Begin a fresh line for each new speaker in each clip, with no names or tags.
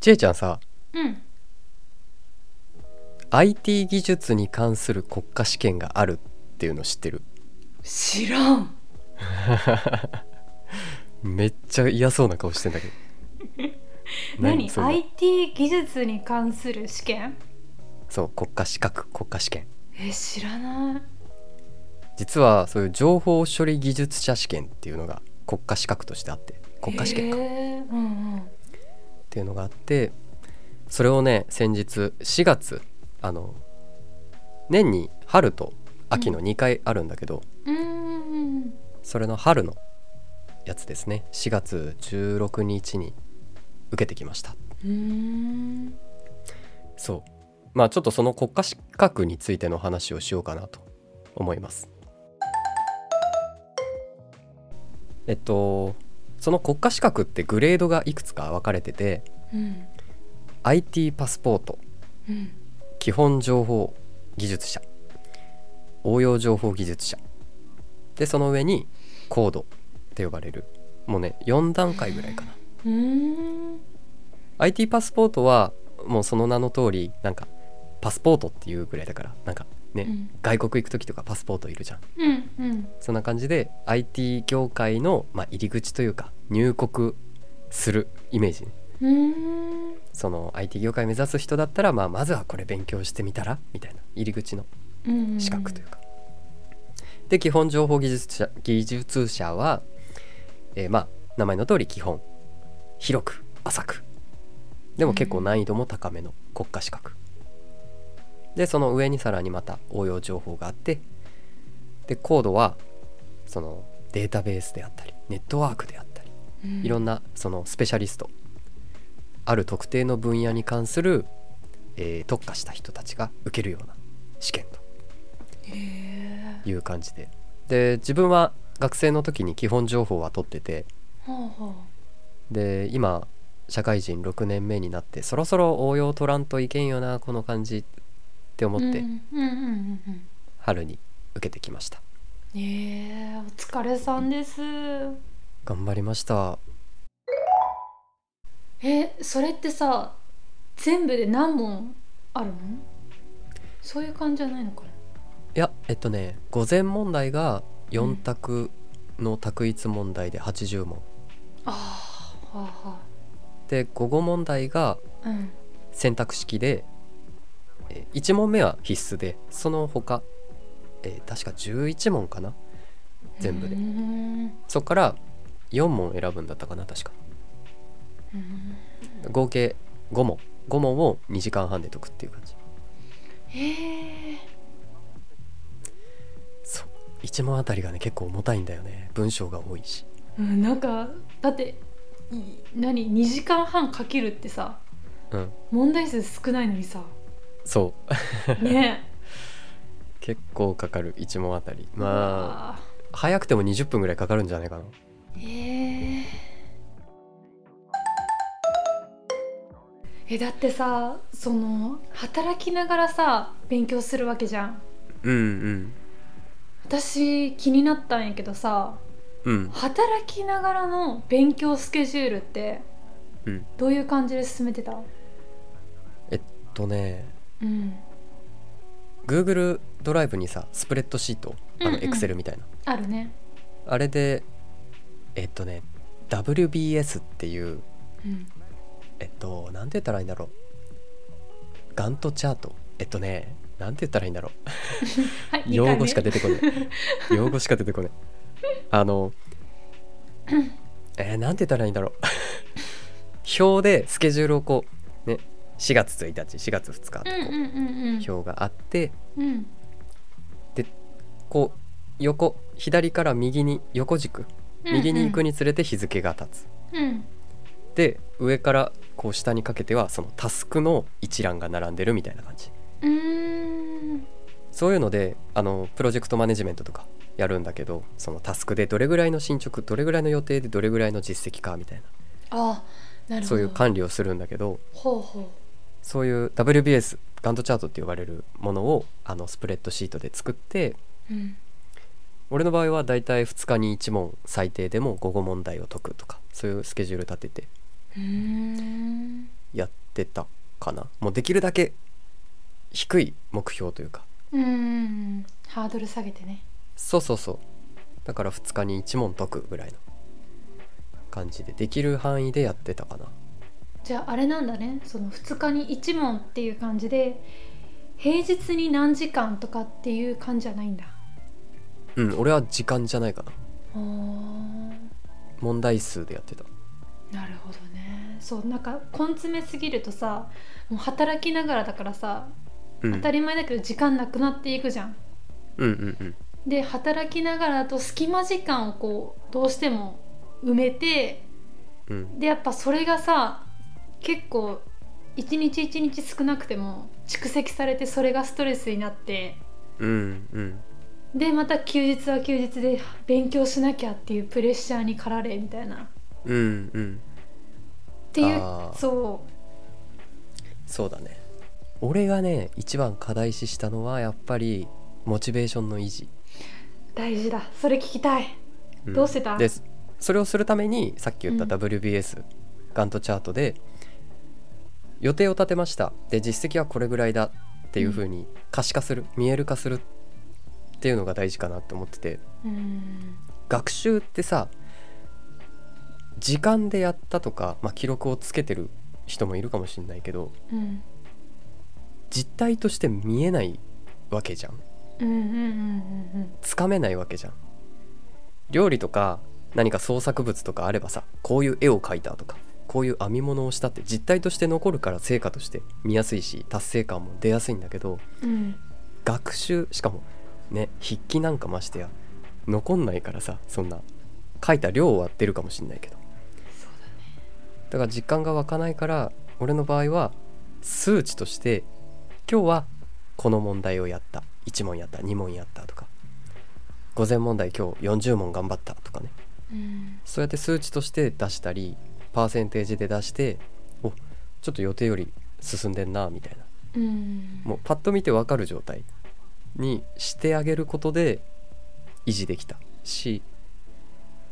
ちえちゃんさ
うん。
IT 技術に関する国家試験があるっていうの知ってる
知らん。
めっちゃ嫌そうな顔してんだけど
何
そんな
?IT 技術に関する試験
そう国家資格国家試験
え、知らない。
実はそういう情報処理技術者試験っていうのが国家資格としてあって国家試験かっ
へーうんうん。
ていうのがあってそれをね先日4月あの年に春と秋の2回あるんだけど、
うーん。
それの春のやつですね4月16日に受けてきました
うーん。
そうまあちょっとその国家資格についての話をしようかなと思いますえっとその国家資格ってグレードがいくつか分かれてて
うん。
IT パスポート
うん。
基本情報技術者応用情報技術者でその上にコードって呼ばれるもうね4段階ぐらいかな
うーん。
IT パスポートはもうその名の通りなんかパスポートっていうぐらいだからなんかね、
うん
外国行く時とかパスポートいるじゃん
うん。うん。
そんな感じで IT 業界の、まあ、入り口というか入国するイメージね
うーん。
その IT 業界目指す人だったら、まあ、まずはこれ勉強してみたらみたいな入り口の
うん
資格というか。で基本情報技術者技術者は、えーまあ名前の通り基本広く浅くでも結構難易度も高めの国家資格、でその上にさらにまた応用情報があってでコードはそのデータベースであったりネットワークであったりいろんなそのスペシャリストある特定の分野に関する、えー特化した人たちが受けるような試験と
へ
いう感じでで自分は学生の時に基本情報は取ってて
ーほうほ
で今社会人6年目になってそろそろ応用取らんといけんよなこの感じって思
う
って
うんうんうんうんうん
春に受けてきました、
えー、お疲れさんです
頑張りました
えそれってさ全部で何問あるのそういう感じじゃないのかない
やえっとね午前問題が4択の択一問題で80問
あーはあは
で午後問題が
あうん
選択式で1問目は必須でその他、えー確か11問かな全部で
うーんう
そこから4問選ぶんだったかな確か
ーん
合計5問5問を2時間半で解くっていう感じ
えー、
そう1問あたりがね結構重たいんだよね文章が多いし
うんなんかだってい何2時間半かけるってさ
うん
問題数少ないの にさ
そう
ね
結構かかる1問あたり
え
ま
あ
あ早くても20分ぐらいかかるんじゃないかな
えーえだってさその働きながらさ勉強するわけじゃん
うんうん
私気になったんやけどさ
うん
働きながらの勉強スケジュールって
うん
どういう感じで進めてた
えっとね
うん
Google ドライブにさスプレッドシートあ
うん
の
うん
Excel みたいな、
あるね
あれでえっとね WBS っていう
うん
えっと、なんて言ったらいいんだろう。ガントチャート。えっとね、なんて言ったらいいんだろ
はい、
う。
二回
用
目
語しか出てこ ない。用語しか出てこない。あの、えーなんて言ったらいいんだろう。表でスケジュールをこう、ね、4月1日、4月2日っ
う
て
ん
こ
うんうんうん
う、表があって、
うん
こう、横、左から右に横軸、右に行く
に
につれて日付が立つ。
うん
で、上からこう下にかけては、そのタスクの一覧が並んでるみたいな感じ。
うーん
そういうのであのプロジェクトマネジメントとかやるんだけどそのタスクでどれぐらいの進捗どれぐらいの予定でどれぐらいの実績かみたい
あなるほど
なそういう管理をするんだけど
ほうほう
そういう WBS ガントチャートって呼ばれるものをあのスプレッドシートで作って
うん
俺の場合はだいたい2日に1問最低でも午後問題を解くとかそういうスケジュール立てて
うーん
やっってたかなもうできるだけ低い目標というか
うんうんハードル下げてね
そうそうそうだから2日に1問解くぐらいの感じでできる範囲でやってたかな
じゃああれなんだねその2日に1問っていう感じで平日に何時間とかっていう感じじゃないんだ
うん俺は時間じゃないかな
あー
問題数でやってた
なるほどねそうなんか根詰めすぎるとさもう働きながらだからさ
うん、う
当
ん
たり前だけど時間なくなっていくじゃん
うんうん
で働きながらだと隙間時間をこうどうしても埋めて
うん
でやっぱそれがさ結構一日一日少なくても蓄積されてそれがストレスになって
うんうん
でまた休日は休日で勉強しなきゃっていうプレッシャーに駆られみたいなっ
うんうん
ていう
あー
そ
そうだね俺がね一番課題視したのはやっぱりモチベーションの維持、
う大事だそれ聞きたい
ん
どうしてた
ですそれをするためにさっき言った
うん
WBS、ガントチャートで予定を立てましたで実績はこれぐらいだっていう風に可視化する、見える化するっていうのが大事かなって思ってて
うん
学習ってさ時間でやったとか、まあ、記録をつけてる人もいるかもしれないけど
うん
実態として見えないわけじゃん
うんうんうん
つかめないわけじゃん料理とか何か創作物とかあればさこういう絵を描いたとかこういう編み物をしたって実態として残るから成果として見やすいし達成感も出やすいんだけど
うんうん
学習しかもね筆記なんかましてや残んないからさそんな書いた量は出るかもしんないけど
そうだね
だから実感が湧かないから俺の場合は数値として今日はこの問題をやった1問やった2問やったとか午前問題今日40問頑張ったとかね
うん
そうやって数値として出したりパーセンテージで出しておちょっと予定より進んでんなみたいな
うん
もうパッと見てわかる状態にしてあげることで維持できたし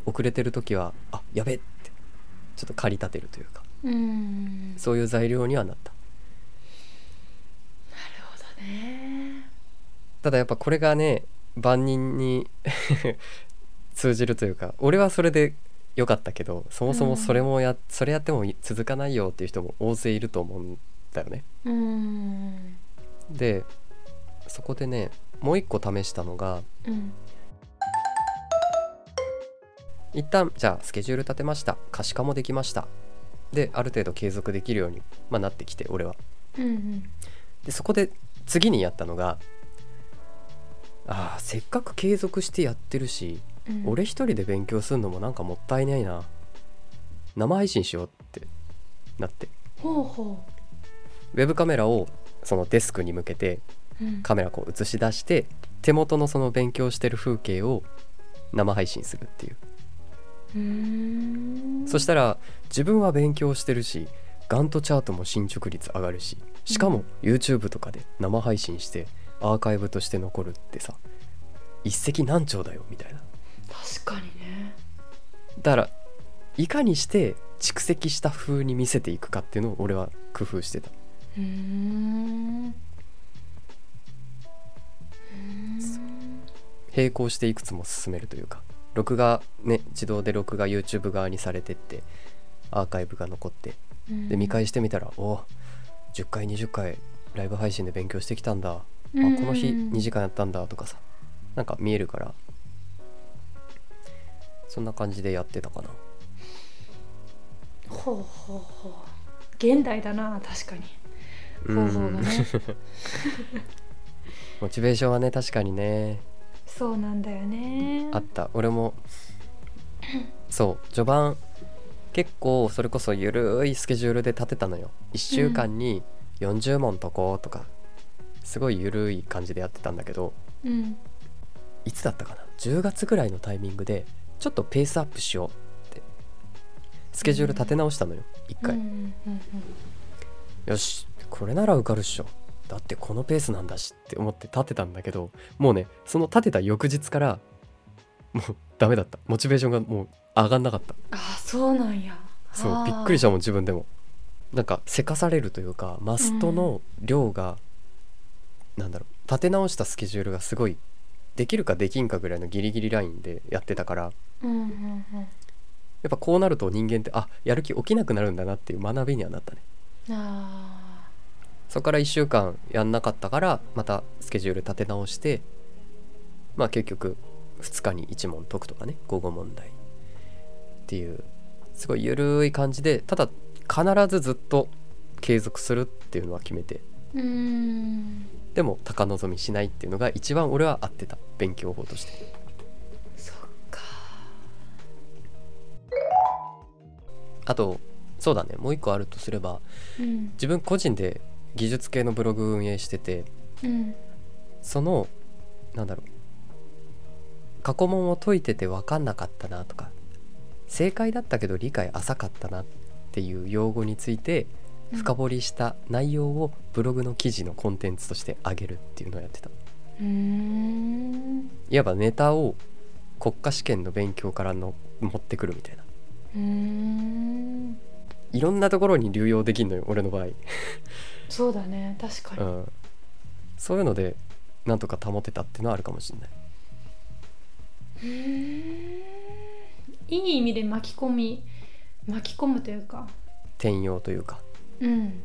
遅れてる時はあやべえってちょっと駆り立てるというか
うん
そういう材料にはなった
なるほどね
ただやっぱこれがね万人に 通じるというか俺はそれで良かったけどそもそもそれもや、それやっても続かないよっていう人も大勢いると思うんだよね
うん
でそこでねもう一個試したのが
うん
一旦じゃあスケジュール立てました可視化もできましたである程度継続できるように、まあ、なってきて俺は
うん
でそこで次にやったのがあーせっかく継続してやってるし
うん
俺一人で勉強するのもなんかもったいないな生配信しようってなって
ほうほ
ウェブカメラをそのデスクに向けて
う、うん
カメラこう映し出して手元のその勉強してる風景を生配信するっていう
うーん
そしたら自分は勉強してるしガントチャートも進捗率上がるししかも YouTube とかで生配信してアーカイブとして残るってさ一石何鳥だよみたいな
確かにね
だからいかにして蓄積した風に見せていくかっていうのを俺は工夫してた
うーんうーん
並行していくつも進めるというか録画ね自動で録画 YouTube 側にされてってアーカイブが残って
うん
で見返してみたらお10回20回ライブ配信で勉強してきたんだあこ
うん
の日2時間やったんだとかさなんか見えるからそんな感じでやってたかな
ほうほうほう現代だな確かに
う
方
ん
法がね
モチベーションはね確かにね
そうなんだよね
あった俺もそう序盤結構それこそゆるいスケジュールで立てたのよ1週間に40問解こうとか、すごいゆるい感じでやってたんだけど
うん
いつだったかな10月ぐらいのタイミングでちょっとペースアップしようってスケジュール立て直したのよ1
うんう
回、
んうん
よしこれなら受かるっしょだってこのペースなんだしって思って立てたんだけどもうねその立てた翌日からもうダメだったモチベーションがもう上がんなかった
あそうなんや
そ
あ
う
ー
びっくりしたもん自分でもなんかせかされるというかマストの量が、なんだろう立て直したスケジュールがすごいできるかできんかぐらいのギリギリラインでやってたから
うんうんうん
やっぱこうなると人間ってあやる気起きなくなるんだなっていう学びにはなったね
あ
そこから1週間やんなかったからまたスケジュール立て直してまあ結局2日に1問解くとかね午後問題っていうすごいゆるい感じでただ必ずずっと継続するっていうのは決めて
ーうーん
でも高望みしないっていうのが一番俺は合ってた勉強法として
そっか
あとそうだねもう一個あるとすれば
うん
自分個人で技術系のブログ運営してて
うん
そのなんだろう過去問を解いてて分かんなかったなとか正解だったけど理解浅かったなっていう用語について深掘りした内容をブログの記事のコンテンツとして上げるっていうのをやってた
うーん
いわばネタを国家試験の勉強からの持ってくるみたいな
うーん
いろんなところに流用できるのよ俺の場合、
そうだね確か
う
に、
ん、そういうのでなんとか保てたっていうのはあるかもしれない、
うーんいい意味で巻き込み巻き込むというか
転用というか
うん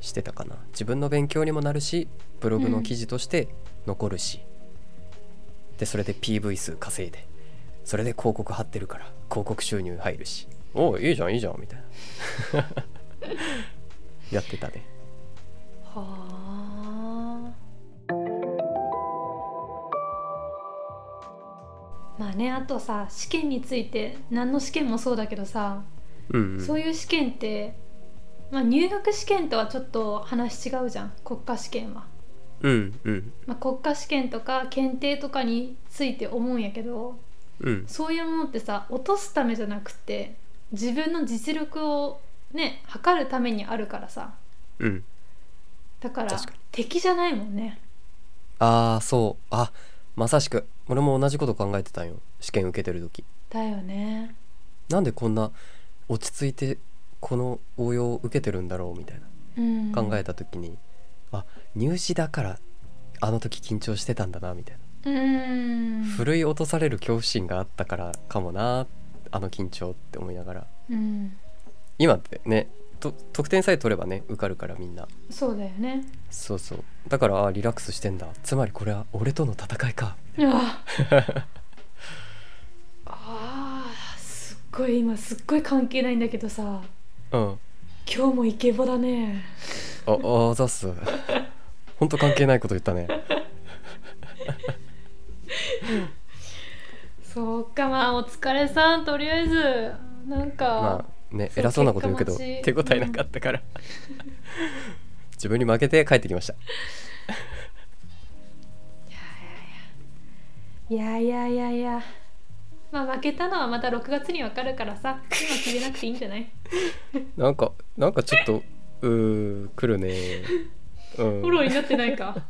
してたかな自分の勉強にもなるしブログの記事として残るし、でそれで PV 数稼いでそれで広告貼ってるから広告収入入るしおおいいじゃんいいじゃんみたいな やってたね
はあまあねあとさ試験について何の試験もそうだけどさ、
うん、
そう
い
いう試験って、まあ、入学試験とはちょっと話違うじゃん国家試験は、
うんうん
まあ、国家試験とか検定とかについて思うんやけど
うん
そういうものってさ落とすためじゃなくて自分の実力をね測るためにあるからさ
うん
だから
確かに
敵じゃないもんね
ああそうあまさしく俺も同じこと考えてたんよ試験受けてる時
だよね
なんでこんな落ち着いてこの応用を受けてるんだろうみたいな
うん
考えた時に、あ入試だからあの時緊張してたんだなみたいな、
うーん
ふるい落とされる恐怖心があったからかもなあの緊張って思いながら
うん
今ってねと得点さえ取ればね受かるからみんな
そうだよね
そうそうだからあリラックスしてんだつまりこれは俺との戦いか
う わあーすっごい今すっごい関係ないんだけどさ
うん
今日もイケボだね
ああざっ すほんと関係ないこと言ったね
そうかまあお疲れさんとりあえずなんか
ま、あね
そう
偉そうなこと言うけど
結
手
果
応
待ち
えなかったから 自分に負けて帰ってきました
いやいやいやいやまあ負けたのはまた6月にわかるからさ今決めなくていいんじゃない
なんかなんかちょっとうー来るね、う
フォロ
ん、
ーになってないか